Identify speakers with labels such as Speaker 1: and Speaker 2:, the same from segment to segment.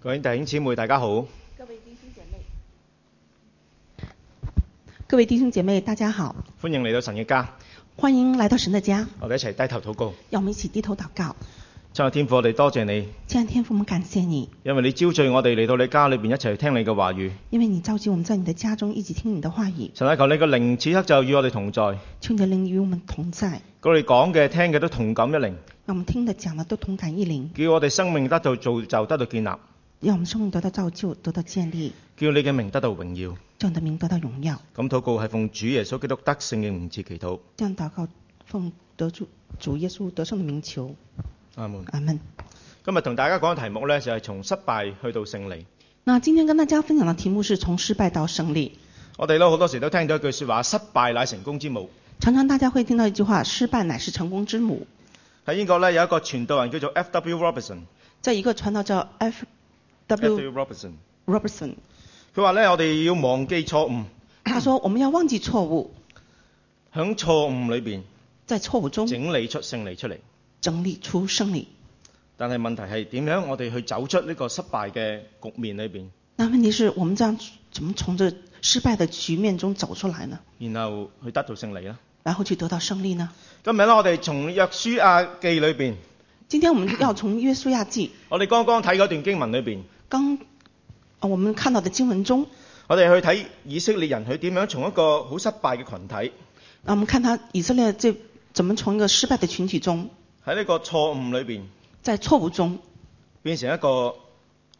Speaker 1: 各位弟兄姊妹，大家好。
Speaker 2: 各位弟兄姐妹，各位弟兄姐妹，大家好，
Speaker 1: 歡迎嚟到神嘅家，
Speaker 2: 欢迎来到神的家，
Speaker 1: 我哋一齊低頭禱告。
Speaker 2: 让我们一起低头祷告。
Speaker 1: 親愛天父，我哋多謝你，
Speaker 2: 亲爱的天父，我们感谢你，
Speaker 1: 因為你招聚我哋嚟到你家裏邊一齊去聽你嘅話語。
Speaker 2: 因为你召集我们在你的家中一起听你的话语，
Speaker 1: 神啊，求你嘅靈此刻就與我哋同在，
Speaker 2: 求你的灵与我们同在，
Speaker 1: 我哋講嘅、聽嘅都同感一靈，
Speaker 2: 让我们听的、讲的都同感一灵，
Speaker 1: 叫我哋生命得到造就，得到建立，
Speaker 2: 让我们生命得到造就、得到建立，
Speaker 1: 叫你嘅名得到榮耀。
Speaker 2: 叫你的名得到荣耀。
Speaker 1: 咁禱告係奉主耶穌基督得勝嘅名字祈禱。
Speaker 2: 这样祷告，奉得主主耶稣得胜的名求，
Speaker 1: 阿門。
Speaker 2: 阿门。
Speaker 1: 今日同大家講嘅題目呢，就係、從失敗去到勝利。
Speaker 2: 那今天跟大家分享的题目是从失败到胜利。
Speaker 1: 我哋咧好多時都聽到一句説話：失敗乃成功之母。
Speaker 2: 常常大家会听到一句话：失败乃是成功之母。
Speaker 1: 喺英國呢，有一個傳道人叫做 F.W. Robinson。
Speaker 2: 在一个传道叫 F. W.
Speaker 1: F.W. Robinson。
Speaker 2: Robertson，
Speaker 1: 佢話咧，我哋要忘記錯誤，
Speaker 2: 他说我们要忘记错误，
Speaker 1: 喺錯誤裏邊
Speaker 2: 在错误中
Speaker 1: 整理出勝利出嚟。
Speaker 2: 整理出胜利。
Speaker 1: 但係問題係點樣我哋去走出呢個失敗嘅局面裏邊，
Speaker 2: 那问题是我们这样怎么从这失败的局面中走出来呢？
Speaker 1: 然後去得到勝利呢？
Speaker 2: 然后去得到胜利呢？
Speaker 1: 今日咧，我哋從約書亞記裏邊，
Speaker 2: 今天我们要從约书亚记
Speaker 1: 我哋剛剛睇嗰段經文裏邊，
Speaker 2: 刚呃我们看到的经文中，
Speaker 1: 我哋去睇以色列人佢點樣從一個好失敗嘅群體
Speaker 2: 那呃我们看他以色列这怎么从一个失败的群体中，
Speaker 1: 喺呢個錯誤裏邊
Speaker 2: 在错误中
Speaker 1: 變成一個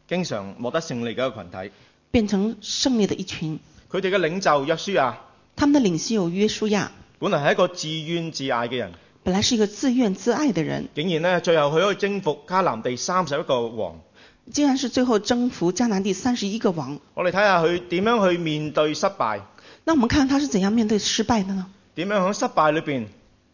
Speaker 1: 經常獲得勝利嘅一個群體。
Speaker 2: 变成胜利的一群。
Speaker 1: 佢哋嘅領袖約書亞
Speaker 2: 他们的领袖约书亚
Speaker 1: 本來係一個自怨自艾嘅人。
Speaker 2: 本来是一个自怨自艾的人，
Speaker 1: 竟然呢，最後佢可以征服迦南地三十一個王。
Speaker 2: 竟然是最后征服迦南地三十一个王。
Speaker 1: 我哋睇下佢點樣去面對失敗，
Speaker 2: 那我们看他是怎样面对失敗的呢？
Speaker 1: 點樣喺失敗裏邊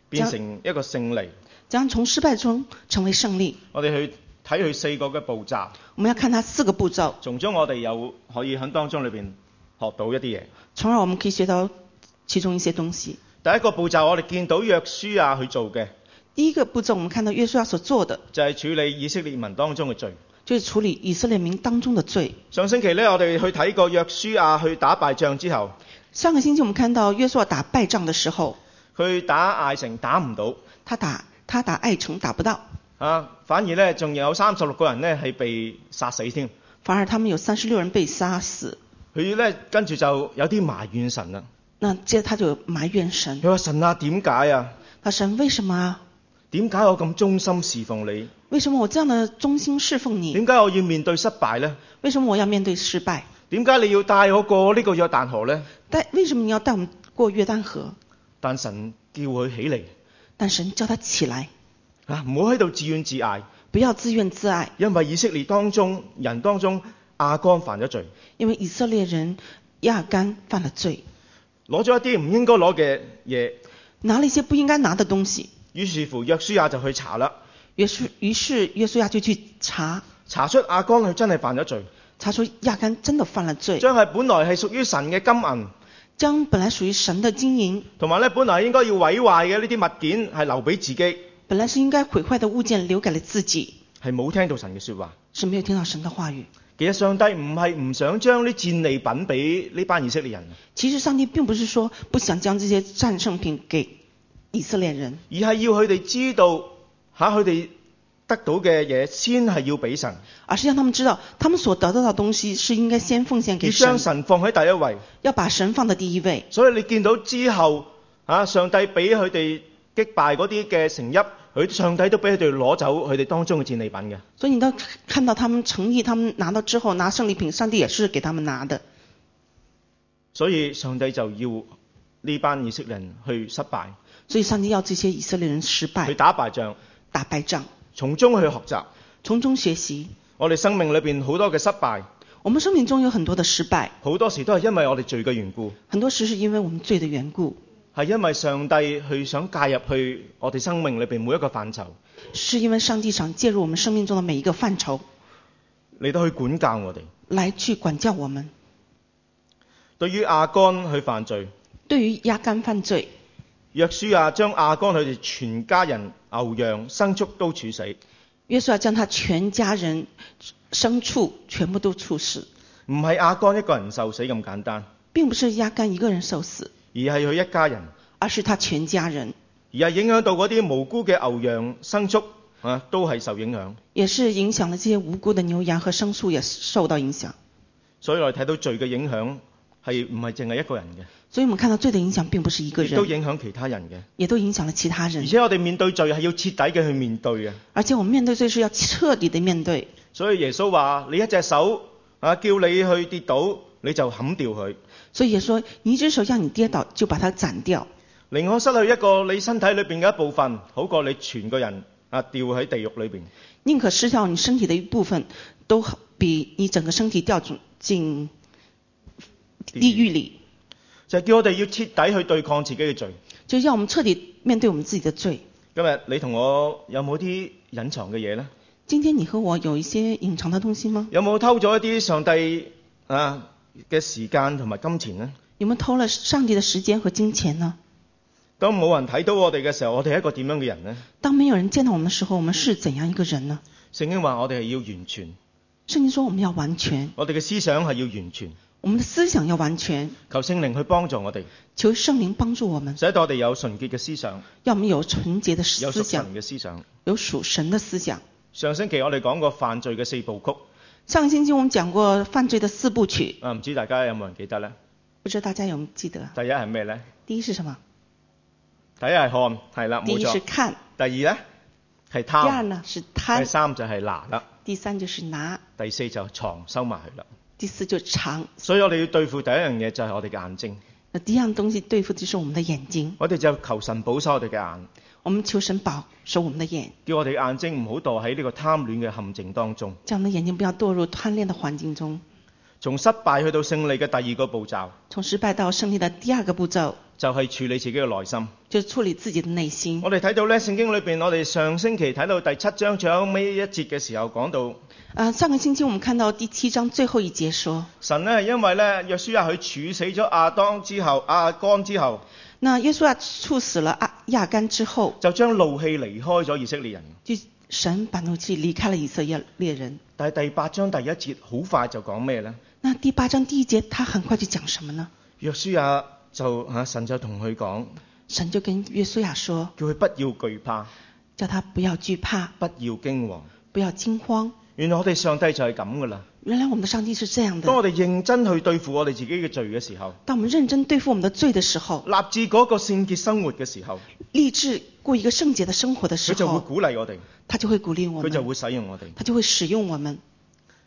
Speaker 1: 變成一個勝利。
Speaker 2: 怎样从失敗中成為勝利？
Speaker 1: 我哋去睇佢四個嘅步驟，
Speaker 2: 我们要看他四個步驟，
Speaker 1: 從中我哋又可以喺當中裏邊學到一啲嘢。
Speaker 2: 從而我們可以學到其中一些東西。
Speaker 1: 第一個步驟，我哋見到約書亞去做嘅
Speaker 2: 第一個步驟，我們看到約書亞所做的
Speaker 1: 就係、處理以色列民當中嘅罪。
Speaker 2: 就是處理以色列民當中的罪。
Speaker 1: 上星期呢，我哋去睇過約書亞去打敗仗之後，
Speaker 2: 上個星期我們看到約書亞打敗仗的時候，
Speaker 1: 佢打艾城打唔到
Speaker 2: 他打他打艾城打不到，
Speaker 1: 啊，反而呢，仲有三十六個人呢係被殺死添。
Speaker 2: 反而他們有三十六人被殺死。
Speaker 1: 佢咧跟住就有啲埋怨神啦。
Speaker 2: 那接着他就埋怨神，
Speaker 1: 佢話：神啊，點解啊？
Speaker 2: 他神為什麼啊？
Speaker 1: 點解我咁忠心侍奉你？
Speaker 2: 為什麼我這樣的忠心侍奉你？
Speaker 1: 點解我要面對失敗呢？
Speaker 2: 為什麼我要面對失敗？
Speaker 1: 點解你要帶我過呢個約旦河呢？
Speaker 2: 但為什麼你要帶我們過約旦河？
Speaker 1: 但神叫佢起嚟
Speaker 2: 但神叫他起來，
Speaker 1: 啊，唔好喺度自怨自艾，
Speaker 2: 不要自怨自艾，
Speaker 1: 因為以色列當中人當中亞干犯咗罪，
Speaker 2: 因為以色列人亞干犯了罪，
Speaker 1: 攞咗一啲唔應該攞嘅嘢。
Speaker 2: 拿了一些不應該拿的東西。
Speaker 1: 於是乎，約書亞就去查啦，
Speaker 2: 於是，於是約書亞就去查，
Speaker 1: 查出亞干佢真係犯咗罪，
Speaker 2: 查出亞干真的犯了罪，
Speaker 1: 將係本來係屬於神嘅金銀，
Speaker 2: 將本來屬於神的金銀，
Speaker 1: 同埋咧本來應該要毀壞嘅呢啲物件係留俾自己。
Speaker 2: 本來是應該毀壞的物件留給了自己，
Speaker 1: 係冇聽到神嘅説話。
Speaker 2: 是沒有聽到神的話語。
Speaker 1: 其實上帝唔係唔想將啲戰利品俾呢班以色列人，
Speaker 2: 其實上帝並不是說不想將這些戰勝品給以色列人，
Speaker 1: 而係要佢哋知道嚇佢哋得到嘅嘢先係要俾神，
Speaker 2: 而是讓他們知道，他們所得到的東西是應該先奉獻
Speaker 1: 要
Speaker 2: 給
Speaker 1: 將
Speaker 2: 神，
Speaker 1: 神放喺第一位。
Speaker 2: 要把神放在第一位。
Speaker 1: 所以你見到之後啊，上帝俾佢哋擊敗嗰啲嘅城邑，佢上帝都俾佢哋攞走佢哋當中嘅戰利品嘅。
Speaker 2: 所以你到看到他们诚意，他们拿到之后拿胜利品，上帝也是给他们拿的。
Speaker 1: 所以上帝就要呢班以色列人去失敗，
Speaker 2: 所以上帝要这些以色列人失
Speaker 1: 去
Speaker 2: 败、
Speaker 1: 打敗仗，
Speaker 2: 打败仗，
Speaker 1: 從中去學習。
Speaker 2: 从中学习。
Speaker 1: 我哋生命裏邊好多嘅失敗，
Speaker 2: 我们生命中有很多的失败，
Speaker 1: 好多時都係因為我哋罪嘅緣故。
Speaker 2: 很多时是因为我们罪的缘故，
Speaker 1: 係因為上帝佢想介入去我哋生命裏邊每一個範疇，
Speaker 2: 是因为上帝想介入我们生命中的每一个范畴
Speaker 1: 嚟到去管教我哋。
Speaker 2: 来去管教我们。
Speaker 1: 對於亞干去犯罪，
Speaker 2: 对于压干犯罪，
Speaker 1: 約書亞將亞干佢哋全家人牛羊牲畜都處死。
Speaker 2: 约书亚将他全家人、牲畜全部都处死，
Speaker 1: 唔係亞干一個人受死咁簡單，
Speaker 2: 并不是亚干一个人受死，
Speaker 1: 而係佢一家人，
Speaker 2: 而是他全家人，
Speaker 1: 而係影響到嗰啲無辜嘅牛羊牲畜啊，都係受影響。
Speaker 2: 也是影响了这些无辜的牛羊和牲畜也受到影响。
Speaker 1: 所以我哋睇到罪嘅影響係唔係淨係一個人嘅，
Speaker 2: 所以我们看到罪的影响并不是一个
Speaker 1: 亦都
Speaker 2: 人，
Speaker 1: 影響其他人嘅。
Speaker 2: 也都影响了其他
Speaker 1: 而
Speaker 2: 人。
Speaker 1: 且我哋面對罪係要徹底嘅去面對嘅。
Speaker 2: 而且我们面对罪是要彻底的面对。
Speaker 1: 所以耶穌話：你一隻手啊，叫你去跌倒，你就砍掉佢；
Speaker 2: 所以也说，你一只手让你跌倒，就把它斩掉，
Speaker 1: 寧可失去一個你身體裏邊嘅一部分，好過你全個人啊掉喺地獄裏邊。
Speaker 2: 宁可失掉你身体的一部分，都好比你整个身体掉进地狱里。
Speaker 1: 就係叫我哋要徹底去對抗自己嘅罪。
Speaker 2: 就让我们彻底面对我们自己的罪。
Speaker 1: 今日你同我有冇啲隱藏嘅嘢呢？
Speaker 2: 今天你和我有一些隐藏的东西吗？
Speaker 1: 有冇偷咗一啲上帝啊嘅時間同埋金錢呢？
Speaker 2: 有没有偷了上帝的时间和金钱呢？
Speaker 1: 當冇人睇到我哋嘅時候，我哋係一個點樣嘅人呢？
Speaker 2: 当没有人见到我们的时候，我们是怎样一个人呢？
Speaker 1: 聖經話我哋係要完全，
Speaker 2: 圣经说我们要完全，
Speaker 1: 我哋嘅思想係要完全。
Speaker 2: 我们的思想要完全，
Speaker 1: 求聖靈去幫助我哋，
Speaker 2: 求圣灵帮助我们，
Speaker 1: 使到我哋有純潔嘅思想，
Speaker 2: 要我们有纯洁的
Speaker 1: 有
Speaker 2: 思
Speaker 1: 屬
Speaker 2: 想，
Speaker 1: 神嘅思想。
Speaker 2: 有属神的思想。
Speaker 1: 上星期我哋講過犯罪嘅四部曲，
Speaker 2: 上个星期我们讲过犯罪的四部曲，
Speaker 1: 啊唔知大家有冇人記得呢？
Speaker 2: 不知道大家有没有记得啊？
Speaker 1: 第一係咩呢？
Speaker 2: 第一是什么？
Speaker 1: 第一係看，係啦
Speaker 2: 第
Speaker 1: 冇
Speaker 2: 一是
Speaker 1: 錯。
Speaker 2: 看，
Speaker 1: 第二呢，係
Speaker 2: 第
Speaker 1: 貪
Speaker 2: 二。呢是
Speaker 1: 第
Speaker 2: 贪，
Speaker 1: 三就係拿啦，
Speaker 2: 第三就是拿，
Speaker 1: 第四就藏收埋佢啦。
Speaker 2: 第四就是藏。
Speaker 1: 所以我哋要對付第一樣嘢就係我哋嘅眼睛，
Speaker 2: 那第一样东西对付的就是我们的眼睛。
Speaker 1: 我哋就求神保守我哋嘅眼，
Speaker 2: 我们求神保守我们的眼，
Speaker 1: 叫我哋嘅眼睛唔好墮喺呢個貪戀嘅陷阱當中。
Speaker 2: 叫我们的眼睛不要墮入贪恋的环境中。
Speaker 1: 從失敗去到勝利嘅第二個步驟，
Speaker 2: 从失敗到胜利的第二个步骤，
Speaker 1: 就係、處理自己嘅內心。
Speaker 2: 就是处理自己的内心。
Speaker 1: 我哋睇到咧聖經裏邊，我哋上星期睇到第七章最後尾一節嘅時候講到，
Speaker 2: 呃，上个星期我们看到第七章最後一节说，
Speaker 1: 神咧因為咧約書亞佢處死咗亞當之後，亞干之後，
Speaker 2: 那耶稣啊处死了阿亚干之后，
Speaker 1: 就將怒氣離開咗以色列人。
Speaker 2: 就神把怒气离开了以色列人。
Speaker 1: 但係第八章第一節好快就講咩呢？
Speaker 2: 那第八章第一节，他很快就讲什么呢？
Speaker 1: 約書亞就啊神就同佢講，
Speaker 2: 神就跟约书亚说，
Speaker 1: 叫佢不要懼怕，
Speaker 2: 叫他不要惧怕，
Speaker 1: 不要驚惶。
Speaker 2: 不要惊慌。
Speaker 1: 原來我哋上帝就係咁噶啦。
Speaker 2: 原来我们的上帝是这样
Speaker 1: 當
Speaker 2: 的。
Speaker 1: 我哋認真去對付我哋自己嘅罪嘅時候，
Speaker 2: 当我们认真对付我们的罪的时候，
Speaker 1: 立志嗰個聖潔生活嘅時候，
Speaker 2: 立志过一个圣洁的生活的时
Speaker 1: 佢就會
Speaker 2: 候，
Speaker 1: 鼓勵我哋，
Speaker 2: 他就会鼓励我
Speaker 1: 佢就
Speaker 2: 们，
Speaker 1: 會使用我哋。
Speaker 2: 他就会使用我们。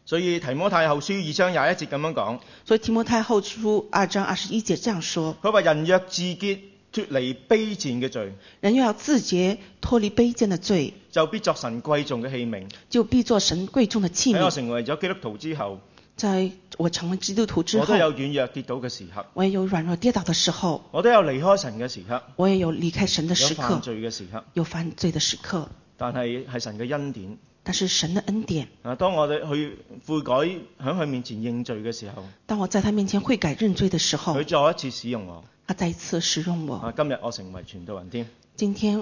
Speaker 1: 所以提摩太後書二章廿一節咁樣講，
Speaker 2: 所以提摩太后书二章二十一节这样说：
Speaker 1: 佢話人若自潔，脱離卑賤嘅罪，
Speaker 2: 人若要自洁，脱离卑贱的罪，
Speaker 1: 就必作神貴重嘅器皿。
Speaker 2: 就必做神贵重的器
Speaker 1: 喺我
Speaker 2: 皿。
Speaker 1: 成為咗基督徒之後，
Speaker 2: 在我成为基督徒之
Speaker 1: 我都
Speaker 2: 后，
Speaker 1: 有軟弱跌倒嘅時刻，
Speaker 2: 我也有软弱跌倒的时候，
Speaker 1: 我都有離開神嘅時刻，
Speaker 2: 我也有离开神的时
Speaker 1: 有犯
Speaker 2: 刻，
Speaker 1: 罪嘅時刻。
Speaker 2: 有犯罪的时刻。
Speaker 1: 但係係神嘅恩典。
Speaker 2: 但是神的恩典，
Speaker 1: 啊，當我哋去悔改喺佢面前認罪嘅時候，
Speaker 2: 当我在他面前悔改认罪的时候
Speaker 1: 佢，再一次使用我。
Speaker 2: 他再一次使用我。
Speaker 1: 啊，今日我成為傳道人添。
Speaker 2: 今天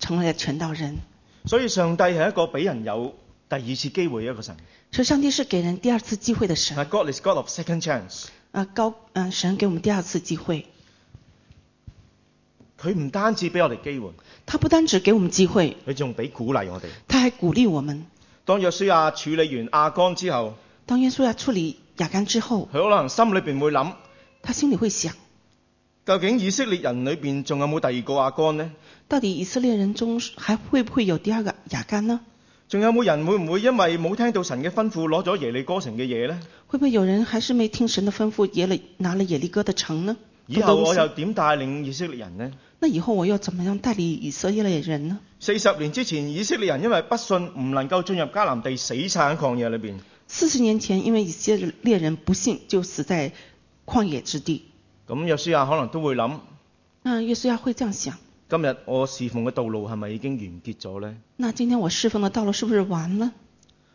Speaker 2: 成为了传道人，
Speaker 1: 所以上帝係一個俾人有第二次機會嘅一個神。
Speaker 2: 所以上帝是给人第二次机会的神。
Speaker 1: 啊，God is God of second chance。
Speaker 2: 啊，高，嗯、神给我们第二次机会，
Speaker 1: 佢唔單止俾我哋機會，
Speaker 2: 他不單只给我们机会，
Speaker 1: 佢仲俾鼓勵我哋。
Speaker 2: 他還鼓勵我們。
Speaker 1: 當約書亞處理完亞干之後，
Speaker 2: 當耶穌要處理雅干之後，
Speaker 1: 佢可能心裏邊會諗：
Speaker 2: 他心裡會想，
Speaker 1: 究竟以色列人裏邊仲有冇第二個亞干呢？
Speaker 2: 到底以色列人中還會不會有第二個雅干呢？
Speaker 1: 仲有冇人會唔會因為冇聽到神嘅吩咐攞咗耶利哥城嘅嘢呢？
Speaker 2: 會不會有人還是沒聽神的吩咐，也了拿了耶利哥的城呢？
Speaker 1: 以後我
Speaker 2: 不
Speaker 1: 又
Speaker 2: 都
Speaker 1: 點帶領以色列人呢？
Speaker 2: 那以後我又怎麼樣代理以色列人呢？
Speaker 1: 四十年之前，以色列人因為不信，唔能夠進入迦南地，死晒喺曠野裏邊。
Speaker 2: 四十年前，因為以色列人不信，就死在曠野之地。
Speaker 1: 咁約書亞可能都會諗：
Speaker 2: 那耶穌亞會這樣想：
Speaker 1: 今日我侍奉嘅道路係咪已經完結咗呢？
Speaker 2: 那今天我侍奉的道路是不是完了？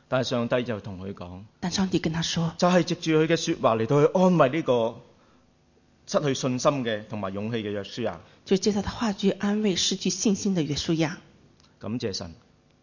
Speaker 1: 但係上帝就同佢講，
Speaker 2: 但上帝跟他說。
Speaker 1: 就係、藉住佢嘅説話嚟到去安慰呢個失去信心嘅同埋勇氣嘅約書亞。
Speaker 2: 就借他的话去安慰失去信心的约书亚。
Speaker 1: 感謝神，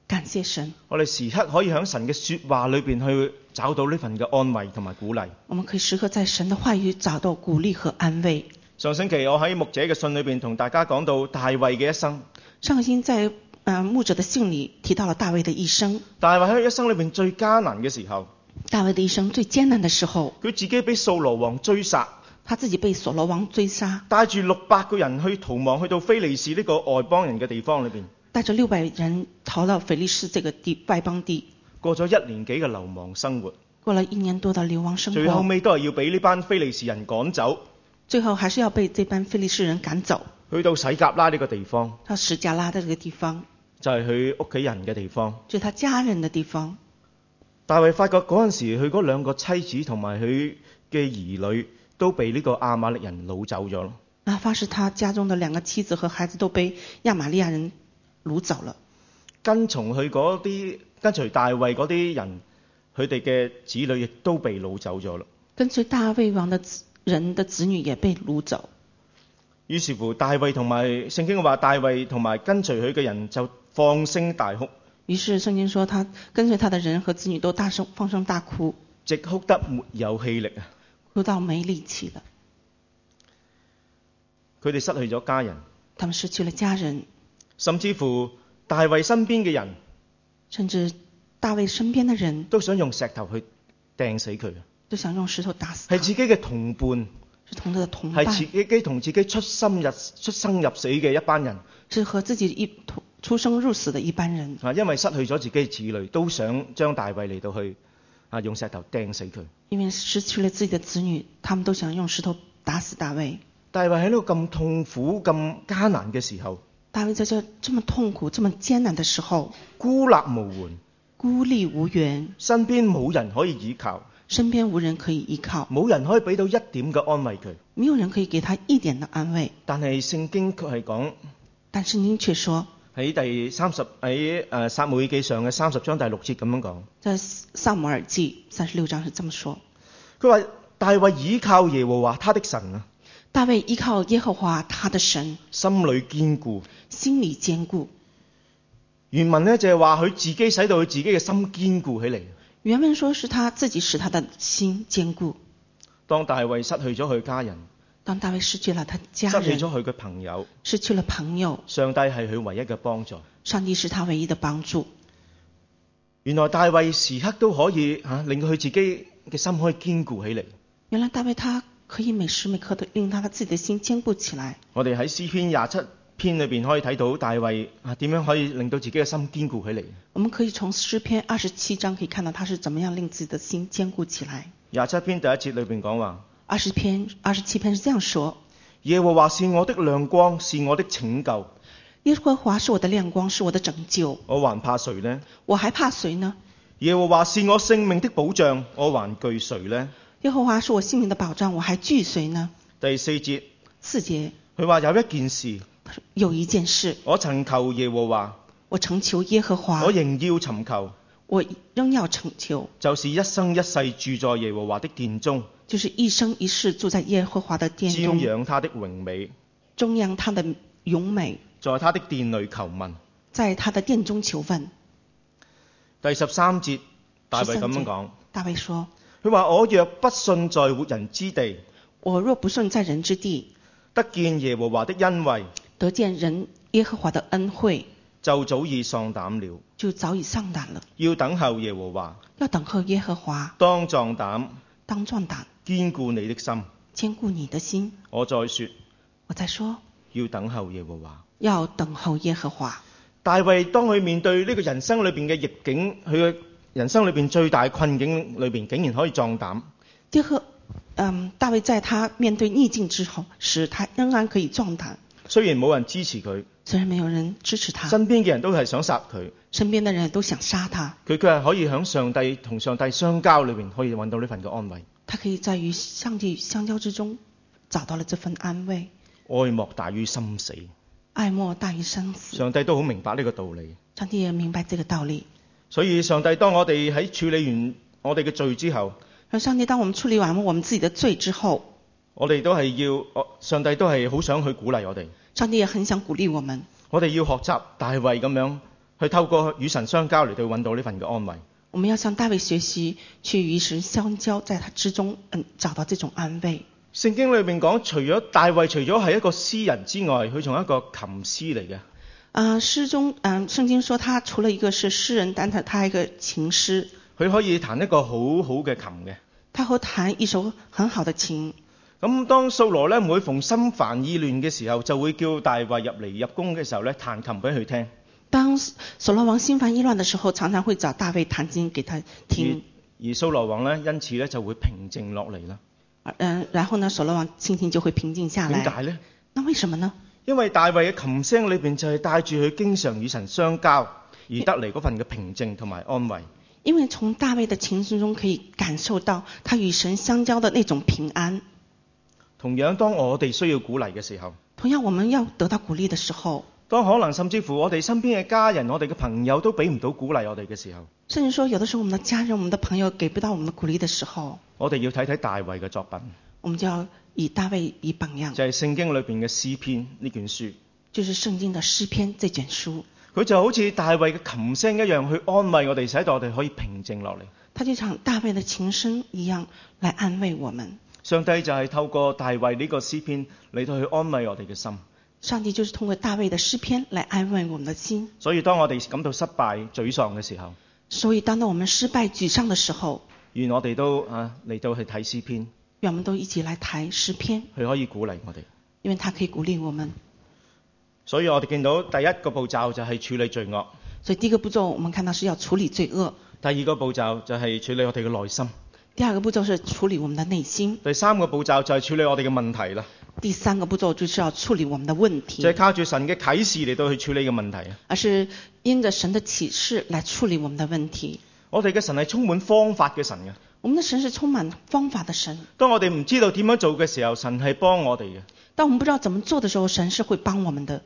Speaker 2: 感谢神，
Speaker 1: 我哋時刻可以喺神嘅説話裏邊去找到呢份嘅安慰同埋鼓勵。
Speaker 2: 我们可以时刻在神的话语找到鼓励和安慰。
Speaker 1: 上星期我喺牧者嘅信裏邊同大家講到大衛嘅一生，
Speaker 2: 上个星期在呃牧者的信里提到了大卫的一生，
Speaker 1: 大衛喺一生裏邊最艱難嘅時候，
Speaker 2: 大卫的一生最艰难的时候，
Speaker 1: 佢自己俾掃羅王追殺，
Speaker 2: 他自己被所罗王追杀，
Speaker 1: 帶住六百個人去逃亡，去到非利士呢個外邦人嘅地方裏邊，
Speaker 2: 带着六百人逃到腓力士这个地外邦地，
Speaker 1: 過咗一年幾嘅流亡生活，
Speaker 2: 过了一年多的流亡生
Speaker 1: 最後
Speaker 2: 活，
Speaker 1: 尾都係要俾呢班非利士人趕走，
Speaker 2: 最后还是要被这班非利士人赶走
Speaker 1: 去到洗甲拉呢個地方，
Speaker 2: 到史加拉的这个地方，
Speaker 1: 就係佢屋企人嘅地方。
Speaker 2: 就是他家人的地方。
Speaker 1: 大衛發覺嗰陣時，佢嗰兩個妻子同埋佢嘅兒女都被呢個亞瑪力人擄走咗咯。
Speaker 2: 那发誓他家中的两个妻子和孩子都被亚玛利亚人掳走了。
Speaker 1: 跟從佢嗰啲跟隨大衛嗰啲人，佢哋嘅子女亦都被擄走咗啦。
Speaker 2: 跟随大卫王的子人的子女也被掳走。
Speaker 1: 於是乎，大衛同埋聖經話，大衛同埋跟隨佢嘅人就放聲大哭，
Speaker 2: 于是圣经说，他跟随他的人和子女都大声放声大哭，
Speaker 1: 直哭得沒有氣力啊！
Speaker 2: 哭到没力气了。
Speaker 1: 佢哋失去咗家人，
Speaker 2: 他们失去了家人，
Speaker 1: 甚至乎大衛身邊嘅人
Speaker 2: 甚至大卫身边的人
Speaker 1: 都想用石頭去掟死佢，
Speaker 2: 都想用石头打死
Speaker 1: 係
Speaker 2: 他。
Speaker 1: 自己嘅同伴。
Speaker 2: 是同他的同
Speaker 1: 係
Speaker 2: 伴，
Speaker 1: 自己同自己出心入出生入死嘅一班人
Speaker 2: 是和自己一同出生入死的一般人，
Speaker 1: 啊，因為失去咗自己嘅子女，都想將大衛嚟到去啊用石頭掟死佢。
Speaker 2: 因为失去了自己的子女，他们都想用石头打死大卫。
Speaker 1: 大衛喺呢個咁痛苦、咁艱難嘅時候，
Speaker 2: 大卫在这这么痛苦、这么艰难的时候，
Speaker 1: 孤立無援，
Speaker 2: 孤立无援，
Speaker 1: 身邊冇人可以倚靠，
Speaker 2: 身边无人可以依靠，
Speaker 1: 冇人可以俾到一點嘅安慰佢。
Speaker 2: 没有人可以给他一点的安慰。
Speaker 1: 但係聖經卻係講
Speaker 2: 但是您却說，
Speaker 1: 喺第三十喺誒撒母耳記上嘅三十章第六節咁樣講，
Speaker 2: 在萨姆耳记三十六章是这么说：
Speaker 1: 佢話大衛倚靠耶和華他的神啊，
Speaker 2: 大卫依靠耶和华他的神，
Speaker 1: 心裏堅固。
Speaker 2: 心里坚固。
Speaker 1: 原文咧就係話佢自己使到佢自己嘅心堅固起嚟。
Speaker 2: 原文说是他自己使他的心坚固。
Speaker 1: 當大衛失去咗佢家人，
Speaker 2: 当大卫失去了他家
Speaker 1: 失去
Speaker 2: 人，
Speaker 1: 咗佢嘅朋友，
Speaker 2: 失去了朋友，
Speaker 1: 上帝係佢唯一嘅幫助。
Speaker 2: 上帝是他唯一的帮助。
Speaker 1: 原來大衛時刻都可以嚇、啊令到佢自己嘅心可以堅固起嚟。
Speaker 2: 原来大卫他可以每时每刻的令他的自己的心坚固起来。
Speaker 1: 我哋喺詩篇廿七篇裏邊可以睇到大衛啊點樣可以令到自己嘅心堅固起嚟。
Speaker 2: 我们可以从诗篇二十七章可以看到他是怎么样令自己的心坚固起来。
Speaker 1: 廿七篇第一節裏邊講話：
Speaker 2: 二十篇、二十七篇是这样说：
Speaker 1: 耶和華是我的亮光，是我的拯救，
Speaker 2: 耶和华是我的亮光，是我的拯救，
Speaker 1: 我還怕誰呢？
Speaker 2: 我还怕谁呢？
Speaker 1: 耶和華是我性命的保障，我還懼誰呢？
Speaker 2: 耶和华是我性命的保障，我还惧谁呢？
Speaker 1: 第四節
Speaker 2: 四节，
Speaker 1: 佢話有一件事。
Speaker 2: 他说有一件事，
Speaker 1: 我曾求耶和華，
Speaker 2: 我曾求耶和华
Speaker 1: 我，仍要尋求，
Speaker 2: 我仍要曾求，
Speaker 1: 就是一生一世住在耶和華的殿中，
Speaker 2: 就是一生一世住在耶和华的殿
Speaker 1: 瞻
Speaker 2: 中，
Speaker 1: 仰他的榮美，
Speaker 2: 中央他的勇美，
Speaker 1: 在他的殿裏求問。
Speaker 2: 在他的殿中求问。
Speaker 1: 第十三節，大衛咁樣
Speaker 2: 13
Speaker 1: 講，
Speaker 2: 大卫说
Speaker 1: 佢話：我若不信在活人之地，：“
Speaker 2: 我若不顺在人之地，
Speaker 1: 得見耶和華的恩惠，
Speaker 2: 得见人耶和华的恩惠，
Speaker 1: 就早已喪膽了。
Speaker 2: 就早已丧胆了。
Speaker 1: 要等候耶和華，
Speaker 2: 要等候耶和华，
Speaker 1: 當壯膽，
Speaker 2: 当壮胆，
Speaker 1: 堅固你的心。
Speaker 2: 坚固你的心。
Speaker 1: 我再說，”
Speaker 2: 我再说，
Speaker 1: 要等候耶和華。
Speaker 2: 要等候耶和华。
Speaker 1: 大衛當佢面對呢個人生裏邊嘅逆境，佢嘅人生裏邊最大困境裏邊，竟然可以壯膽。
Speaker 2: 耶和，嗯，大卫在他面对逆境之后，时他仍然可以壮胆。
Speaker 1: 雖然冇人支持佢，
Speaker 2: 虽然没有人支持他，
Speaker 1: 身邊嘅人都係想殺佢，
Speaker 2: 身边的人都想杀他，
Speaker 1: 佢佢係可以喺上帝同上帝相交裏邊，可以揾到呢份嘅安慰。
Speaker 2: 他可以在与上帝相交之中找到了这份安慰。
Speaker 1: 愛莫大於心死，
Speaker 2: 爱莫大于生死，
Speaker 1: 上帝都好明白呢個道理。
Speaker 2: 上帝也明白这个道理。
Speaker 1: 所以上帝當我哋喺處理完我哋嘅罪之後，
Speaker 2: 而上帝，当我们处理完我们自己的罪之后，
Speaker 1: 我哋都係要，我上帝都係好想去鼓勵我哋。
Speaker 2: 上帝也很想鼓励我们，
Speaker 1: 我哋要學習大衛咁樣去透過與神相交嚟到揾到呢份嘅安慰。
Speaker 2: 我们要向大卫学习，去与神相交，在他之中，嗯，找到这种安慰。
Speaker 1: 聖經裏面講，除咗大衛，除咗係一個詩人之外，佢仲係一個琴師嚟嘅。
Speaker 2: 啊、诗中，嗯、圣经说他除了一个是诗人，但他他还有一个琴师，
Speaker 1: 佢可以彈一個好好嘅琴嘅。
Speaker 2: 他会弹一首很好的琴。
Speaker 1: 咁當掃羅咧每逢心煩意亂嘅時候，就會叫大衛入嚟入宮嘅時候咧，彈琴俾佢聽。
Speaker 2: 当所罗王心烦意乱的时候，常常会找大卫弹琴给他听，
Speaker 1: 而而掃羅王咧，因此咧就會平靜落嚟啦。
Speaker 2: 而嗯、然後呢，所罗王心情就会平静下
Speaker 1: 點
Speaker 2: 来。
Speaker 1: 解咧？
Speaker 2: 那為什么呢？
Speaker 1: 因為大衛嘅琴聲裏邊就係帶住佢經常與神相交而得嚟嗰份嘅平靜同埋安慰。
Speaker 2: 因为从大卫的琴声中可以感受到他與神相交的那种平安。
Speaker 1: 同樣，當我哋需要鼓勵嘅時候，
Speaker 2: 同樣，我們要得到鼓勵的時候，
Speaker 1: 當可能甚至乎我哋身邊嘅家人、我哋嘅朋友都俾唔到鼓勵我哋嘅時候，
Speaker 2: 甚至說有的時候我們的家人、我們的朋友給不到我們的鼓勵的時候，
Speaker 1: 我哋要睇睇大衛嘅作品，
Speaker 2: 我們就要以大衛以榜樣，
Speaker 1: 就係、聖經裏邊嘅詩篇呢卷書。
Speaker 2: 就是聖經的詩篇這卷書，
Speaker 1: 佢就好似大衛嘅琴聲一樣，去安慰我哋，使到我哋可以平靜落嚟。
Speaker 2: 它就像大衛的琴聲一樣來安慰我們。
Speaker 1: 上帝就係透過大衛呢個詩篇嚟到去安慰我哋嘅心。
Speaker 2: 上帝就是通過大衛的詩篇來安慰我們的心。
Speaker 1: 所以當我哋感到失敗、沮喪嘅時候，
Speaker 2: 所以，當到我們失敗、沮喪的時候，
Speaker 1: 願我哋都啊嚟到去睇詩篇，
Speaker 2: 願我們都一起來談詩篇，
Speaker 1: 佢可以鼓勵我哋。
Speaker 2: 因為它可以鼓勵我們。
Speaker 1: 所以我哋見到第一個步驟就係處理罪惡，
Speaker 2: 所以，第一個步驟我們看到是要處理罪惡，
Speaker 1: 第二個步驟就係處理我哋嘅內心，
Speaker 2: 第二個步驟是處理我們的內心，
Speaker 1: 第三個步驟就係處理我哋嘅問題啦，
Speaker 2: 第三個步驟就是要處理我們的問
Speaker 1: 就係
Speaker 2: 題，
Speaker 1: 靠住神嘅啟示嚟到去處理嘅問題啊！
Speaker 2: 而是因着神的啟示來處理我們的問題。
Speaker 1: 我哋嘅神係充滿方法嘅神嘅。
Speaker 2: 我們的神是充滿方法的神，
Speaker 1: 當我哋唔知道點樣做嘅時候，神係幫我哋嘅。
Speaker 2: 當我們不知道怎麼做的時候，神是會幫我們的。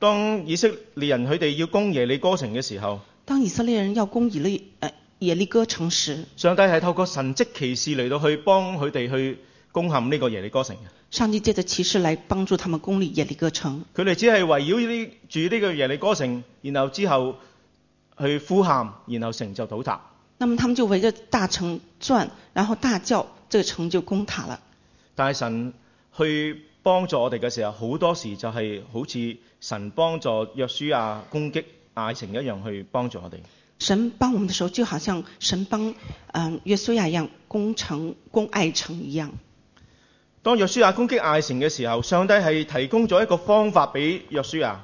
Speaker 1: 當以色列人佢哋要攻耶利哥城嘅時候，
Speaker 2: 當以色列人要攻以利呃耶利哥城時，
Speaker 1: 上帝係透過神蹟奇事嚟到去幫佢哋去攻陷呢個耶利哥城嘅。
Speaker 2: 上帝借着騎士來幫助他們攻立耶利哥城。
Speaker 1: 佢哋只係圍繞呢住呢個耶利哥城，然後之後去呼喊，然後城就倒塌。
Speaker 2: 那麼他們就圍着大城轉，然後大叫，這個城就攻塔了。
Speaker 1: 但係神去幫助我哋嘅時候，好多時就係好似神幫助約書亞攻擊艾城一樣去幫助我哋。
Speaker 2: 神幫我們的時候，就好像神幫嗯、約書亞一樣，攻城攻艾城一樣。
Speaker 1: 當約書亞攻擊艾城嘅時候，上帝係提供咗一個方法俾約書亞，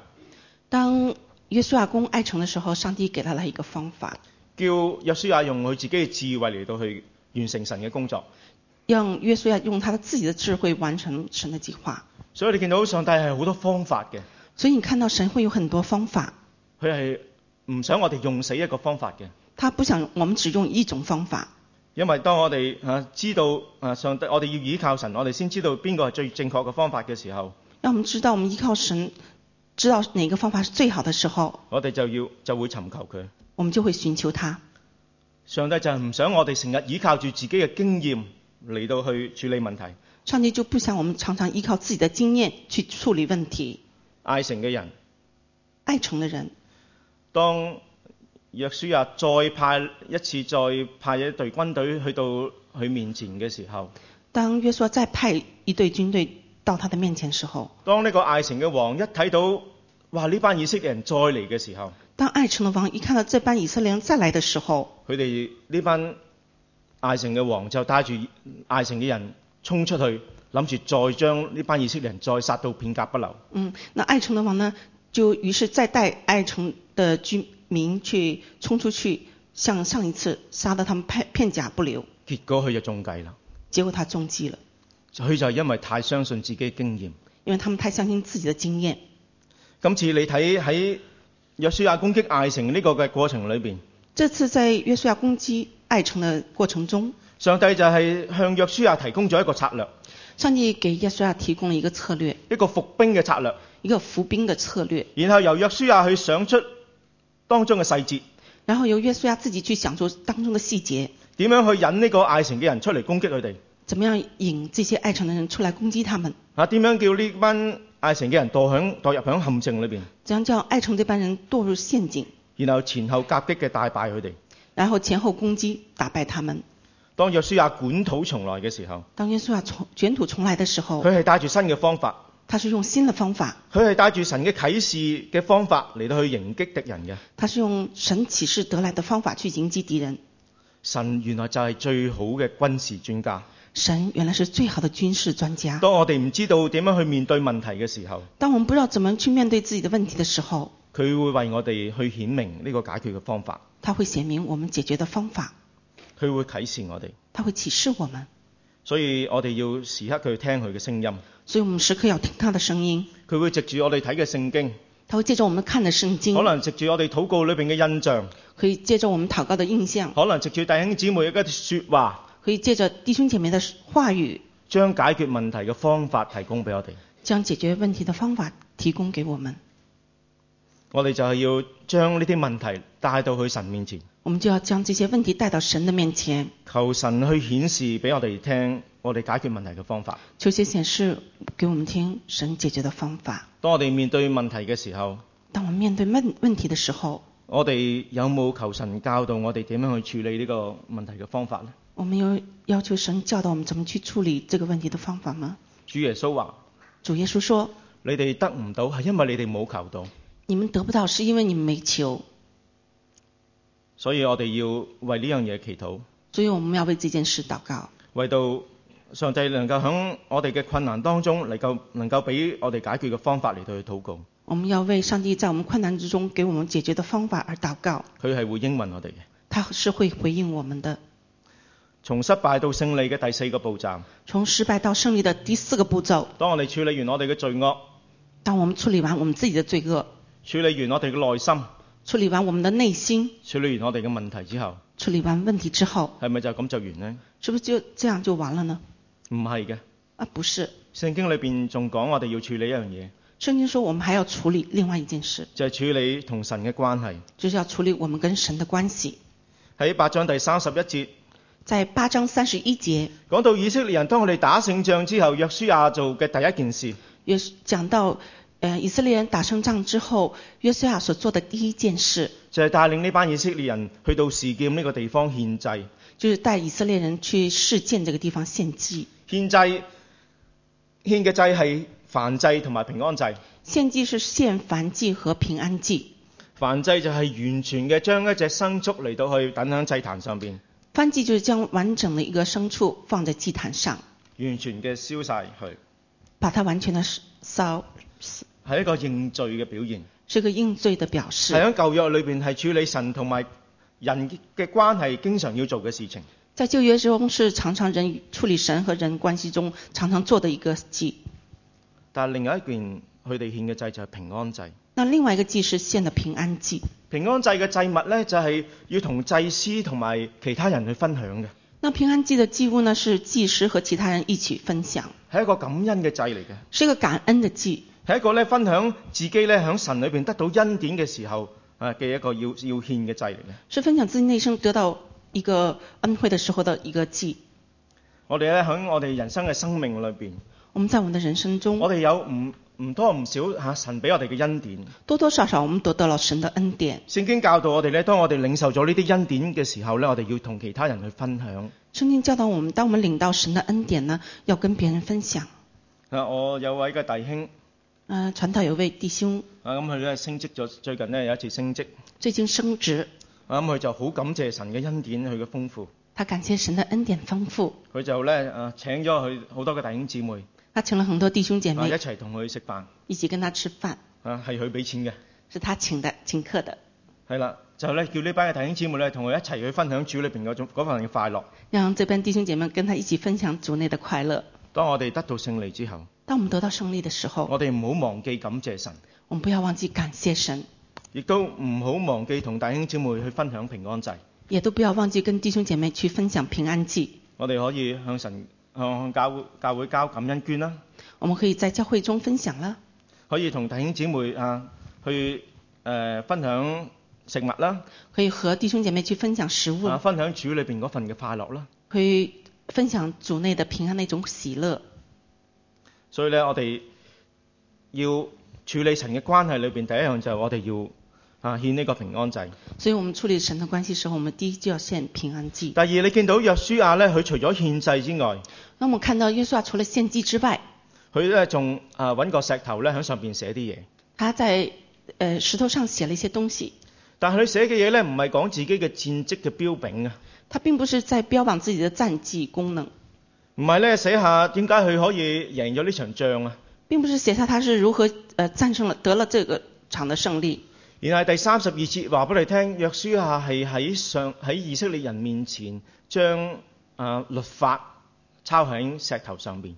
Speaker 2: 當約書亞攻艾城的時候，上帝給他了一個方法，
Speaker 1: 叫約書亞用佢自己嘅智慧嚟到去完成神嘅工作。
Speaker 2: 讓約書亞用他自己的智慧完成神的計劃。
Speaker 1: 所以你見到上帝係好多方法嘅，
Speaker 2: 所以你看到神會有很多方法，
Speaker 1: 佢係唔想我哋用死一個方法嘅。
Speaker 2: 他不想我們只用一種方法，
Speaker 1: 因為當我哋啊知道啊上帝，我哋要倚靠神，我哋先知道邊個係最正確嘅方法嘅時候，
Speaker 2: 讓我們知道我們依靠神，知道哪個方法是最好的時候，
Speaker 1: 我哋就要就會尋求佢。
Speaker 2: 我們就會尋求他。
Speaker 1: 上帝就係唔想我哋成日倚靠住自己嘅經驗嚟到去處理問題。
Speaker 2: 上帝就不想我們常常依靠自己的經驗去處理問題。
Speaker 1: 艾城嘅人，
Speaker 2: 艾城的人，
Speaker 1: 當約書亞再派一次再派一隊軍隊去到佢面前嘅時候，
Speaker 2: 當約書亞再派一隊軍隊到他的面前時候，
Speaker 1: 當呢個艾城嘅王一睇到哇呢班以色列人再嚟嘅時候，
Speaker 2: 当艾城的王一看到这班以色列人再来的時候，
Speaker 1: 佢哋呢班艾城嘅王就帶住艾城嘅人衝出去，諗住再將呢班以色列人再殺到片甲不留。
Speaker 2: 嗯，那艾城的王呢，就於是再带艾城的居民去冲出去，像上一次杀得他们片片甲不留，
Speaker 1: 結果佢就中計啦，
Speaker 2: 結果他中計了，
Speaker 1: 佢就係因為太相信自己嘅經驗。
Speaker 2: 因為他们太相信自己的經驗。
Speaker 1: 今次你睇喺約書亞攻擊艾城呢個嘅過程裏邊，
Speaker 2: 這次在約書亞攻擊艾城的過程中，
Speaker 1: 上帝就係向約書亞提供咗一個策略，
Speaker 2: 上帝給約書亞提供了一個策略，
Speaker 1: 一個伏兵嘅策略，
Speaker 2: 一個伏兵的策略，
Speaker 1: 然後由約書亞去想出當中嘅細節，
Speaker 2: 然後由約書亞自己去想出當中的細節，
Speaker 1: 點樣去引呢個艾城嘅人出嚟攻擊佢哋。
Speaker 2: 怎麼樣引這些艾城的人出來攻擊他們。
Speaker 1: 啊，點樣叫呢班艾城嘅人墮響墮入響陷阱裏邊，
Speaker 2: 怎样叫爱城这班人堕入陷阱，
Speaker 1: 然後前後夾擊嘅大敗佢哋。
Speaker 2: 然后前后攻击，打败他们。
Speaker 1: 當約書亞捲土重來嘅時候，
Speaker 2: 当耶稣啊重卷土重来的时候，
Speaker 1: 佢係帶住新嘅方法，
Speaker 2: 他是用新的方法，
Speaker 1: 佢係帶住神嘅啟示嘅方法嚟到去迎擊敵人嘅。
Speaker 2: 他是用神启示得来的方法去迎击敌人。
Speaker 1: 神原來就係最好嘅軍事專家。
Speaker 2: 神原来是最好的軍事專家。
Speaker 1: 當我哋唔知道點樣去面對問題嘅時候，
Speaker 2: 当我们不知道怎么去面对自己的问题的时候，
Speaker 1: 佢會為我哋去顯明呢個解決嘅方法，
Speaker 2: 他会显明我们解决的方法，
Speaker 1: 佢會啟示我哋。
Speaker 2: 他会启示我们。
Speaker 1: 所以我哋要時刻去聽佢嘅聲音，
Speaker 2: 所以我们时刻要听他的聲音，
Speaker 1: 佢會藉住我哋睇嘅聖經，
Speaker 2: 他会借着我们看的聖經
Speaker 1: 可，能藉住我哋禱告裏邊嘅印象，
Speaker 2: 可以借着我们禱告的印象，
Speaker 1: 可能藉住弟兄姊妹嘅説話，
Speaker 2: 可以借着弟兄姐妹的话语，
Speaker 1: 將解決問題嘅方法提供俾我哋。
Speaker 2: 将解决问题的方法提供给我们。
Speaker 1: 我哋就係要將呢啲問題帶到去神面前，
Speaker 2: 我们就要将这些问题带到神的面前，
Speaker 1: 求神去顯示俾我哋聽我哋解決問題嘅方法。
Speaker 2: 求些显示给我们听神解决的方法。
Speaker 1: 當我哋面對問題嘅時候，
Speaker 2: 当我们面对问问题的时候，
Speaker 1: 我哋有冇求神教導我哋點樣去處理呢個問題嘅方法呢？
Speaker 2: 我们有要求神教导我们怎么去处理这个问题的方法吗？
Speaker 1: 主耶穌話：
Speaker 2: 主耶稣说
Speaker 1: 你哋得唔到係因為你哋冇求到，：“
Speaker 2: 你们得不到，是因为你们没求。
Speaker 1: 所以我哋要為呢樣嘢祈禱，”
Speaker 2: 所以我们要为这件事祷告，
Speaker 1: 為到上帝能夠喺我哋嘅困難當中能夠能夠俾我哋解決嘅方法嚟到去禱告，
Speaker 2: 我们要为上帝在我们困難之中给我们解决的方法而祷告，
Speaker 1: 佢係會應允我哋嘅。
Speaker 2: 他是会回应我们的。
Speaker 1: 從失敗到勝利嘅第四個步驟，
Speaker 2: 从失败到胜利的第四个步骤，
Speaker 1: 當我哋處理完我哋嘅罪惡，
Speaker 2: 当我们处理完我们自己的罪恶，
Speaker 1: 處理完我哋嘅內心，
Speaker 2: 处理完我们的内心，
Speaker 1: 處理完我哋嘅問題之後，
Speaker 2: 处理完问题之后，
Speaker 1: 係咪就咁就完呢？
Speaker 2: 是不是就这样就完了呢？
Speaker 1: 唔係嘅，
Speaker 2: 啊，不是，
Speaker 1: 聖經裏邊仲講我哋要處理一樣嘢。
Speaker 2: 圣经说我们还要处理另外一件事，
Speaker 1: 就係處理同神嘅關係。
Speaker 2: 就是要处理我们跟神的关系。
Speaker 1: 喺八章第三十一節
Speaker 2: 在八章三十一节，
Speaker 1: 講到以色列人當佢哋打勝仗之後，約書亞做嘅第一件事，
Speaker 2: 也是讲到，呃，以色列人打胜仗之后，约书亚所做的第一件事，
Speaker 1: 就係、帶領呢班以色列人去到示劍呢個地方獻祭。
Speaker 2: 就是带以色列人去事件这个地方献祭。
Speaker 1: 獻祭獻嘅祭係燔祭同埋平安祭。
Speaker 2: 献祭是献燔祭和平安祭，
Speaker 1: 燔祭就係完全嘅將一隻牲畜嚟到去等喺祭壇上邊，
Speaker 2: 燔祭就是将完整的一个牲畜放在祭坛上，
Speaker 1: 完全嘅燒晒佢，
Speaker 2: 把它完全的烧，
Speaker 1: 係一個認罪嘅表現。
Speaker 2: 是個应罪的表
Speaker 1: 係
Speaker 2: 示。
Speaker 1: 喺舊約裏邊係處理神同埋人嘅關係經常要做嘅事情。
Speaker 2: 在旧约中是常常人与处理神和人关系中常常做的一个祭。
Speaker 1: 但係另外一件佢哋獻嘅祭就係平安祭。
Speaker 2: 那另外一个祭是献的平安祭。
Speaker 1: 平安祭嘅祭物呢，就係、要同祭司同埋其他人去分享嘅，
Speaker 2: 那平安祭的祭物呢，是祭司和其他人一起分享，
Speaker 1: 係一個感恩嘅祭嚟嘅，
Speaker 2: 是一个感恩的祭，
Speaker 1: 係一個咧分享自己咧喺神裏邊得到恩典嘅時候啊嘅一個要要獻嘅祭嚟嘅。
Speaker 2: 是分享自己内生得到一个恩惠的时候的一个祭。
Speaker 1: 我哋咧喺我哋人生嘅生命裏邊，
Speaker 2: 我们在我们的人生中，
Speaker 1: 我哋有唔唔多唔少嚇、啊神俾我哋嘅恩典。
Speaker 2: 多多少少我们得到了神的恩典。
Speaker 1: 聖經教導我哋咧，當我哋領受咗呢啲恩典嘅時候咧，我哋要同其他人去分享。
Speaker 2: 圣经教导我们，当我们领到神的恩典呢，要跟别人分享。
Speaker 1: 啊，我有位嘅弟兄
Speaker 2: 呃，传道有位弟兄
Speaker 1: 啊，咁佢咧升職咗，最近咧有一次升職。
Speaker 2: 最近升职，
Speaker 1: 咁佢就好感謝神嘅恩典，佢嘅豐富，
Speaker 2: 他感谢神的恩典丰富，
Speaker 1: 佢就咧誒請咗佢好多嘅弟兄姊妹
Speaker 2: 他请了很多弟兄姐
Speaker 1: 啊一
Speaker 2: 妹
Speaker 1: 齊同佢食飯
Speaker 2: 一起跟他吃饭，
Speaker 1: 啊，係佢俾錢嘅，
Speaker 2: 是他请的请客的，
Speaker 1: 係啦，就咧叫呢班嘅弟兄姊妹咧同佢一齊去分享主裏邊嗰種嗰份嘅快樂。
Speaker 2: 让这边弟兄姐妹跟他一起分享族内的快乐。
Speaker 1: 當我哋得到勝利之後，
Speaker 2: 当我们得到胜利的时候，
Speaker 1: 我哋唔好忘記感謝神，
Speaker 2: 我们不要忘记感谢神，
Speaker 1: 亦都唔好忘記同弟兄姊妹去分享平安祭。
Speaker 2: 也都不要忘记跟弟兄姐妹去分享平安祭。
Speaker 1: 我哋可以向神向向教會教會交感恩捐啦，
Speaker 2: 我们可以在教会中分享了，
Speaker 1: 可以同弟兄姊妹啊去誒、呃分享食物啦，
Speaker 2: 可以和弟兄姐妹去分享食物，
Speaker 1: 啊分享主裏邊嗰份嘅快樂啦。
Speaker 2: 可以分享族内的平安的一种喜乐。
Speaker 1: 誒、所以咧，我哋要處理神嘅關係裏邊，第一樣就係我哋要啊獻呢個平安祭。
Speaker 2: 所以我们处理神的关系时候，我们第一就要献平安祭。
Speaker 1: 第二，你見到約書亞咧，佢除咗獻祭之外，
Speaker 2: 那我们看到约书亚除了献祭之外，
Speaker 1: 佢咧仲啊揾個石頭咧喺上邊寫啲嘢。
Speaker 2: 他在呃石头上写了一些东西。
Speaker 1: 但係佢寫嘅嘢咧，唔係講自己嘅戰績嘅標炳啊，
Speaker 2: 他并不是在标榜自己的战绩功能，
Speaker 1: 唔係咧寫下點解佢可以贏咗呢場仗啊。
Speaker 2: 并不是写下他是如何呃战胜了得了这个场的胜利。
Speaker 1: 然後第三十二節話俾你聽，約書亞係喺上喺以色列人面前將啊、律法抄喺石頭上邊。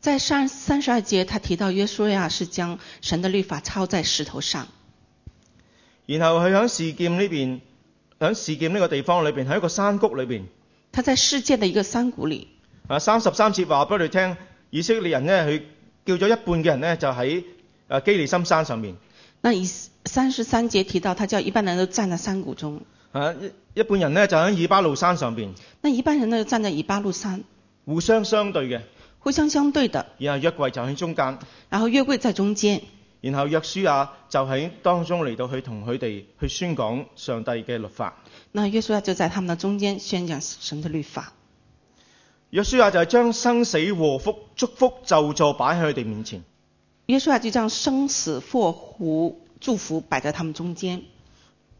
Speaker 2: 在三三十二节，他提到约书亚是将神的律法抄在石头上，
Speaker 1: 然後佢喺事件呢邊，喺事件呢個地方裏邊，喺一個山谷裏邊。
Speaker 2: 他在世界的一个山谷里。
Speaker 1: 啊，三十三節話俾你聽，以色列人呢，佢叫咗一半嘅人呢，就喺啊基利心山上面。
Speaker 2: 那以三十三节提到，他叫一般人都站在山谷中，
Speaker 1: 啊，一一半人呢，就喺以巴路山上邊，
Speaker 2: 那一般人呢就站在以巴路山，
Speaker 1: 互相相對嘅。
Speaker 2: 互相相對的。
Speaker 1: 然後約櫃就喺中間，
Speaker 2: 然後约柜在中间，
Speaker 1: 然後約書亞就喺當中嚟到去同佢哋去宣講上帝嘅律法。
Speaker 2: 那约书亚就在他们的中间宣讲神的律法。
Speaker 1: 約書亞就係將生死禍福、祝福、咒詛擺喺佢哋面前。
Speaker 2: 约书亚就将生死祸福祝福摆在他们中间，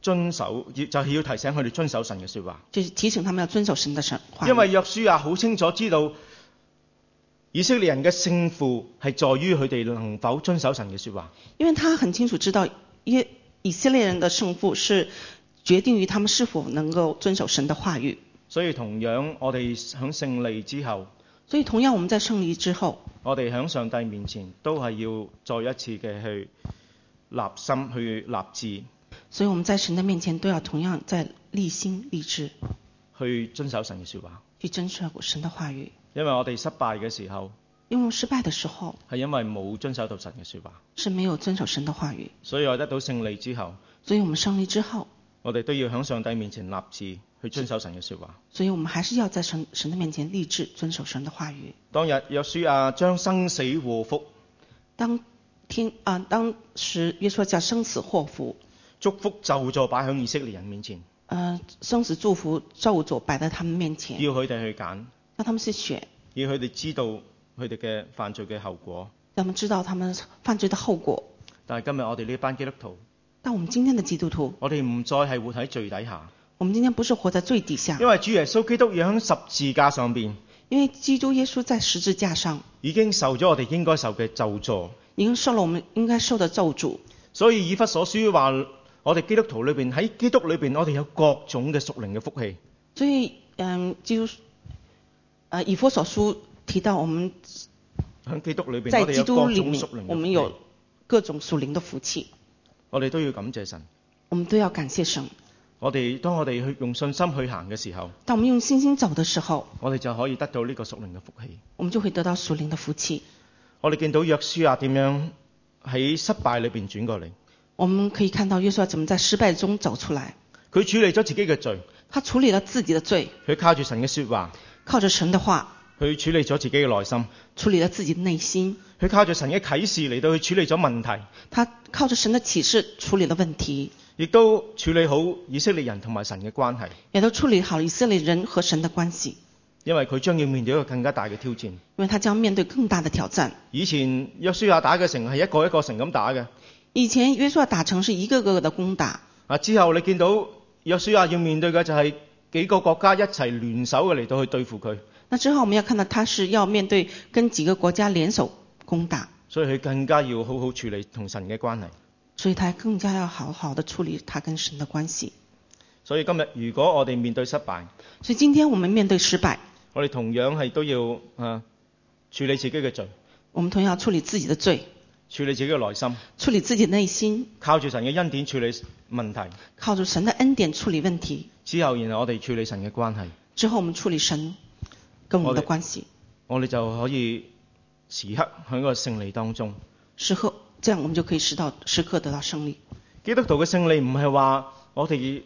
Speaker 1: 遵守要就係要提醒佢哋遵守神嘅説話，
Speaker 2: 就是提醒他們要遵守神的神话。
Speaker 1: 因為約書亞好清楚知道以色列人嘅勝負係在於佢哋能否遵守神嘅説話。
Speaker 2: 因为他很清楚知道耶以色列人的胜负是决定于他们是否能够遵守神的话语。
Speaker 1: 所以同樣，我哋喺勝利之後，
Speaker 2: 所以，同样我们在胜利之後，
Speaker 1: 我哋喺上帝面前都係要再一次嘅去立心去立志
Speaker 2: 所以我们在神的面前都要同样在立心立志
Speaker 1: 去遵守神嘅説話，
Speaker 2: 去遵守神的话语。
Speaker 1: 因為我哋失敗嘅時候
Speaker 2: 因为我们失败的時候
Speaker 1: 係因為冇遵守到神嘅説話，
Speaker 2: 是没有遵守神的话语，
Speaker 1: 所以我得到勝利之後。
Speaker 2: 所以我们胜利之後，
Speaker 1: 我哋都要喺上帝面前立志去遵守神嘅説話。
Speaker 2: 所以我们还是要在神神的面前立志遵守神的话语。
Speaker 1: 當日約書亞將生死禍福、
Speaker 2: 当天啊、当时约书亚叫生死祸福，
Speaker 1: 祝福咒詛擺喺以色列人面前，
Speaker 2: 呃，生死祝福咒诅摆在他们面前，
Speaker 1: 要佢哋去揀，
Speaker 2: 让他们去选，
Speaker 1: 要佢哋知道佢哋嘅犯罪嘅後果。
Speaker 2: 让他们知道他们犯罪的后果。
Speaker 1: 但係今日我哋呢班基督徒，
Speaker 2: 但我们今天的基督徒，
Speaker 1: 我哋唔再係活喺罪底下，
Speaker 2: 我们今天不是活在最底下，
Speaker 1: 因為主耶穌基督要喺十字架上邊
Speaker 2: 因为基督耶稣在十字架上
Speaker 1: 已經受咗我哋應該受嘅咒詛。
Speaker 2: 已经受了我们应该受的咒诅。
Speaker 1: 所以以弗所書話：我哋基督徒裏邊喺基督裏邊，我哋有各種嘅屬靈嘅福氣。
Speaker 2: 所以，嗯，基督，呃，以佛所书提到我们
Speaker 1: 喺基督裏邊，
Speaker 2: 在
Speaker 1: 我哋
Speaker 2: 基
Speaker 1: 有
Speaker 2: 督
Speaker 1: 各
Speaker 2: 里
Speaker 1: 種
Speaker 2: 面
Speaker 1: 屬靈，
Speaker 2: 我们
Speaker 1: 嘅福氣
Speaker 2: 有。各种属灵的福气，
Speaker 1: 我哋都要感謝神。
Speaker 2: 我们都要感谢神。
Speaker 1: 我哋當我哋去用信心去行嘅時候，
Speaker 2: 当我们用信心走的时候，
Speaker 1: 我哋就可以得到呢個屬靈嘅福氣。
Speaker 2: 我們就會得到屬靈的福氣。
Speaker 1: 我哋見到約書亞點樣喺失敗裏邊轉過嚟，
Speaker 2: 我們可以看到約書亞怎麼在失敗中走出來，
Speaker 1: 佢處理咗自己嘅罪，
Speaker 2: 他處理了自己的罪，
Speaker 1: 佢靠住神嘅説話，
Speaker 2: 靠着神的話
Speaker 1: 去處理咗自己嘅內心，
Speaker 2: 處理了自己的內心，
Speaker 1: 佢靠住神嘅啟示嚟到去處理咗問題，
Speaker 2: 他靠着神的啟示處理了問題，
Speaker 1: 亦都處理好以色列人同埋神嘅關係，
Speaker 2: 也都處理好以色列人和神的關係，因
Speaker 1: 因為佢將要面對一個更加大嘅挑戰。
Speaker 2: 為他將面對更大的挑戰。
Speaker 1: 以前約書亞打嘅城係一個一個城咁打嘅，
Speaker 2: 以前約書亞打城是一個個的攻打，
Speaker 1: 啊之後你見到約書亞要面對嘅就係幾個國家一齊聯手嘅嚟到去對付佢。
Speaker 2: 那之後我們要看到他是要面對跟幾個國家聯手攻打，
Speaker 1: 所以佢更加要好好處理同神嘅關係。
Speaker 2: 所以他更加要好好的處理他跟神的關係。
Speaker 1: 所以今日如果我哋面對失敗，
Speaker 2: 所以今天我們面對失敗，
Speaker 1: 我哋同樣係都要啊處理自己嘅罪，
Speaker 2: 我們同樣要處理自己的罪。
Speaker 1: 處理自己嘅內心，
Speaker 2: 处理自己的内心，
Speaker 1: 靠住神嘅恩典處理問題，
Speaker 2: 靠着神的恩典处理问题。
Speaker 1: 之後然後我哋處理神嘅關係，
Speaker 2: 之后我们处理神跟我们的关系，
Speaker 1: 我哋就可以時刻喺個勝利當中。
Speaker 2: 时刻这样我们就可以时到时刻得到胜利。
Speaker 1: 基督徒嘅勝利唔係話我哋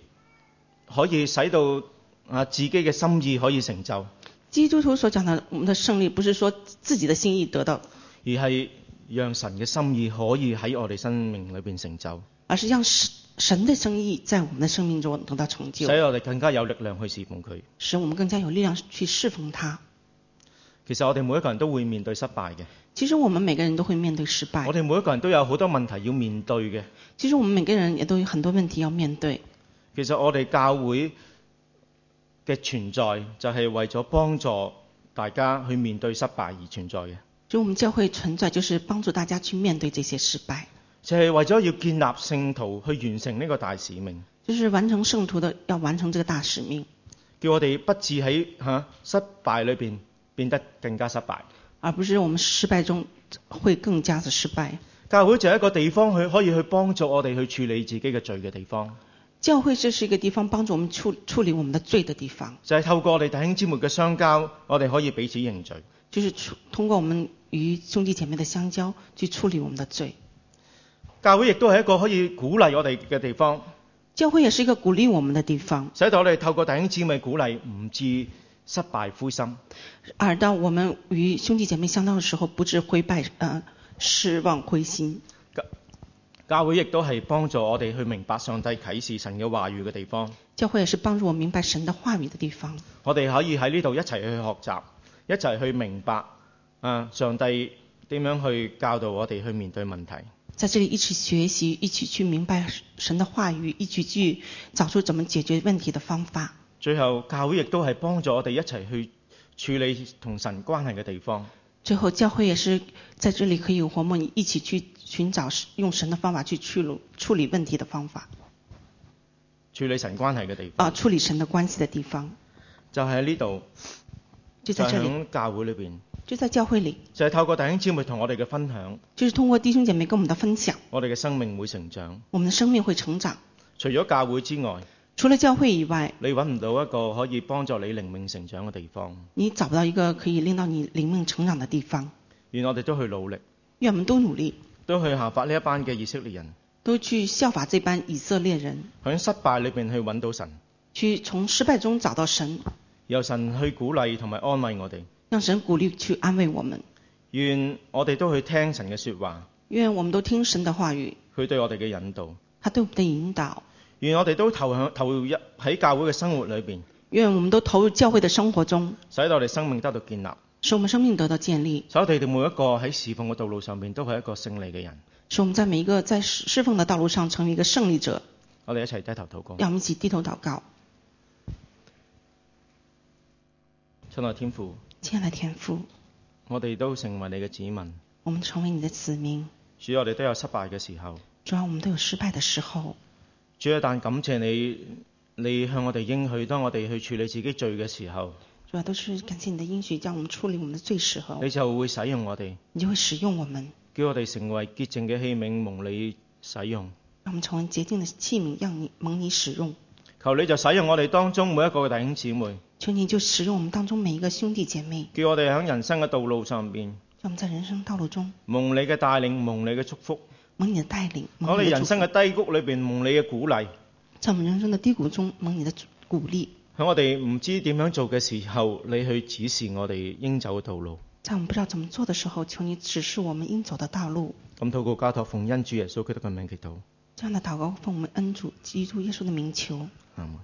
Speaker 1: 可以使到啊自己嘅心意可以成就，
Speaker 2: 基督徒所讲的我们的胜利，不是说自己的心意得到
Speaker 1: 而係讓神嘅心意可以喺我哋生命裏邊成就，
Speaker 2: 而是让神神的生意在我们的生命中得到成
Speaker 1: 使
Speaker 2: 就，
Speaker 1: 我哋更加有力量去侍奉佢。
Speaker 2: 使我们更加有力量去侍奉他。
Speaker 1: 其實我哋每一個人都會面對失敗嘅，
Speaker 2: 其实我们每个人都会面对失败
Speaker 1: 我，哋每一個人都有好多問題要面對嘅。
Speaker 2: 其实我们每个人也都有很多问题要面对。
Speaker 1: 其實我哋教會嘅存在就係為咗幫助大家去面對失敗而存在嘅，
Speaker 2: 就我们教会存在，就是帮助大家去面对这些失败，
Speaker 1: 就係為咗要建立聖徒去完成呢個大使命，
Speaker 2: 就是完成圣徒的，要完成这个大使命，
Speaker 1: 叫我哋不致喺嚇、失敗裏邊變得更加失敗。
Speaker 2: 而不是我们失败中会更加的失败。
Speaker 1: 教會就係一個地方，去可以去幫助我哋去處理自己嘅罪嘅地方，
Speaker 2: 教会这是一个地方，帮助我们处处理我们的罪的地方，
Speaker 1: 就係、透過我哋弟兄姊妹嘅相交，我哋可以彼此認罪。
Speaker 2: 就是处通过我们与兄弟姐妹的相交去处理我们的罪。
Speaker 1: 教會亦都係一個可以鼓勵我哋嘅地方，
Speaker 2: 教会也是一个鼓励我们的地方，
Speaker 1: 使到我哋透過弟兄姊妹鼓勵，唔致失敗灰心。
Speaker 2: 而当我们与兄弟姐妹相交的时候，不致灰败，呃，失望灰心。
Speaker 1: 教會亦都係幫助我哋去明白上帝啟示神嘅話語嘅地方。
Speaker 2: 教会也是帮助我明白神的话语的地方。
Speaker 1: 我哋可以喺呢度一齊去學習，一齊去明白啊上帝點樣去教導我哋去面對問題。
Speaker 2: 在这里一起学习，一起去明白神的话语，一起去找出怎么解决问题的方法。
Speaker 1: 最後教會亦都係幫助我哋一齊去處理同神關係嘅地方。
Speaker 2: 最后，教会也是在这里可以和我们一起去寻找用神的方法去处理处理问题的方法
Speaker 1: 處理神關係嘅地方
Speaker 2: 啊，处理神的关系的地方，
Speaker 1: 就喺呢度，
Speaker 2: 就
Speaker 1: 就
Speaker 2: 在这里，
Speaker 1: 喺教會裏邊，
Speaker 2: 就在教会里，
Speaker 1: 就係、透過弟兄姊妹同我哋嘅分享，
Speaker 2: 就是通过弟兄姐妹跟我们的分享，
Speaker 1: 我哋嘅生命會成長。
Speaker 2: 我们的生命会成长。
Speaker 1: 除咗教會之外，
Speaker 2: 除了教会以外，
Speaker 1: 你揾唔到一個可以幫助你靈命成長嘅地方。
Speaker 2: 你找不到一个可以令到你灵命成长的地方。
Speaker 1: 願我哋都去努力。
Speaker 2: 愿我们都努力，
Speaker 1: 都去效法呢一班嘅以色列人，
Speaker 2: 都去效法这班以色列人，
Speaker 1: 喺失敗裏邊去揾到神，
Speaker 2: 去从失败中找到神，
Speaker 1: 由神去鼓勵同埋安慰我哋。
Speaker 2: 让神鼓励去安慰我们。
Speaker 1: 願我哋都去聽神嘅説話，
Speaker 2: 愿我们都听神的话语，
Speaker 1: 佢對我哋嘅引導。
Speaker 2: 他对我们的引导。
Speaker 1: 願我哋都投向投入喺教會嘅生活裏邊，
Speaker 2: 愿我们都投入教会的生活中，
Speaker 1: 使到我哋生命得到建立，
Speaker 2: 使我们生命得到建立，
Speaker 1: 使我哋哋每一個喺侍奉嘅道路上面都係一個勝利嘅人。
Speaker 2: 使我们在每一个在侍侍奉的道路上成为一个胜利者。
Speaker 1: 我哋一齊低頭禱告，
Speaker 2: 让我们一起低头祷告，
Speaker 1: 親愛天父，
Speaker 2: 亲爱的天父，
Speaker 1: 我哋都成為你嘅子民。
Speaker 2: 我们成为你的子民，
Speaker 1: 主，我哋都有失敗嘅時候。
Speaker 2: 主啊要我们都有失败的时候。
Speaker 1: 主啊，但感謝你，你向我哋應許，當我哋去處理自己罪嘅時候，
Speaker 2: 主啊要都是感谢你的应许，让我们处理我们的罪时候，
Speaker 1: 你就會使用我哋。
Speaker 2: 你就会使用我们，
Speaker 1: 叫我哋成為潔淨嘅器皿，蒙你使用。
Speaker 2: 让我们成为洁净的器皿，让你蒙你使用。
Speaker 1: 求你就使用我哋當中每一個嘅弟兄姊妹，
Speaker 2: 求你就使用我们当中每一个兄弟姐妹，
Speaker 1: 叫我哋喺人生嘅道路上邊，
Speaker 2: 让我们在人生道路中
Speaker 1: 蒙你嘅帶領，蒙你嘅祝福。
Speaker 2: 蒙你的带领，
Speaker 1: 我
Speaker 2: 蒙
Speaker 1: 哋
Speaker 2: 你的
Speaker 1: 人
Speaker 2: 祝福
Speaker 1: 生。嘅低谷裏邊，蒙你嘅鼓勵。
Speaker 2: 在我们人生的低谷中，蒙你的鼓励；
Speaker 1: 喺我哋唔知點樣做嘅時候，你去指示我哋應走嘅道路。
Speaker 2: 在我们不知道怎么做的时候，求你指示我们应走的道路。
Speaker 1: 咁禱告交託奉恩主耶穌基督嘅名祈禱，
Speaker 2: 这样的祷告，奉我们恩主基督耶稣的名求。
Speaker 1: 阿門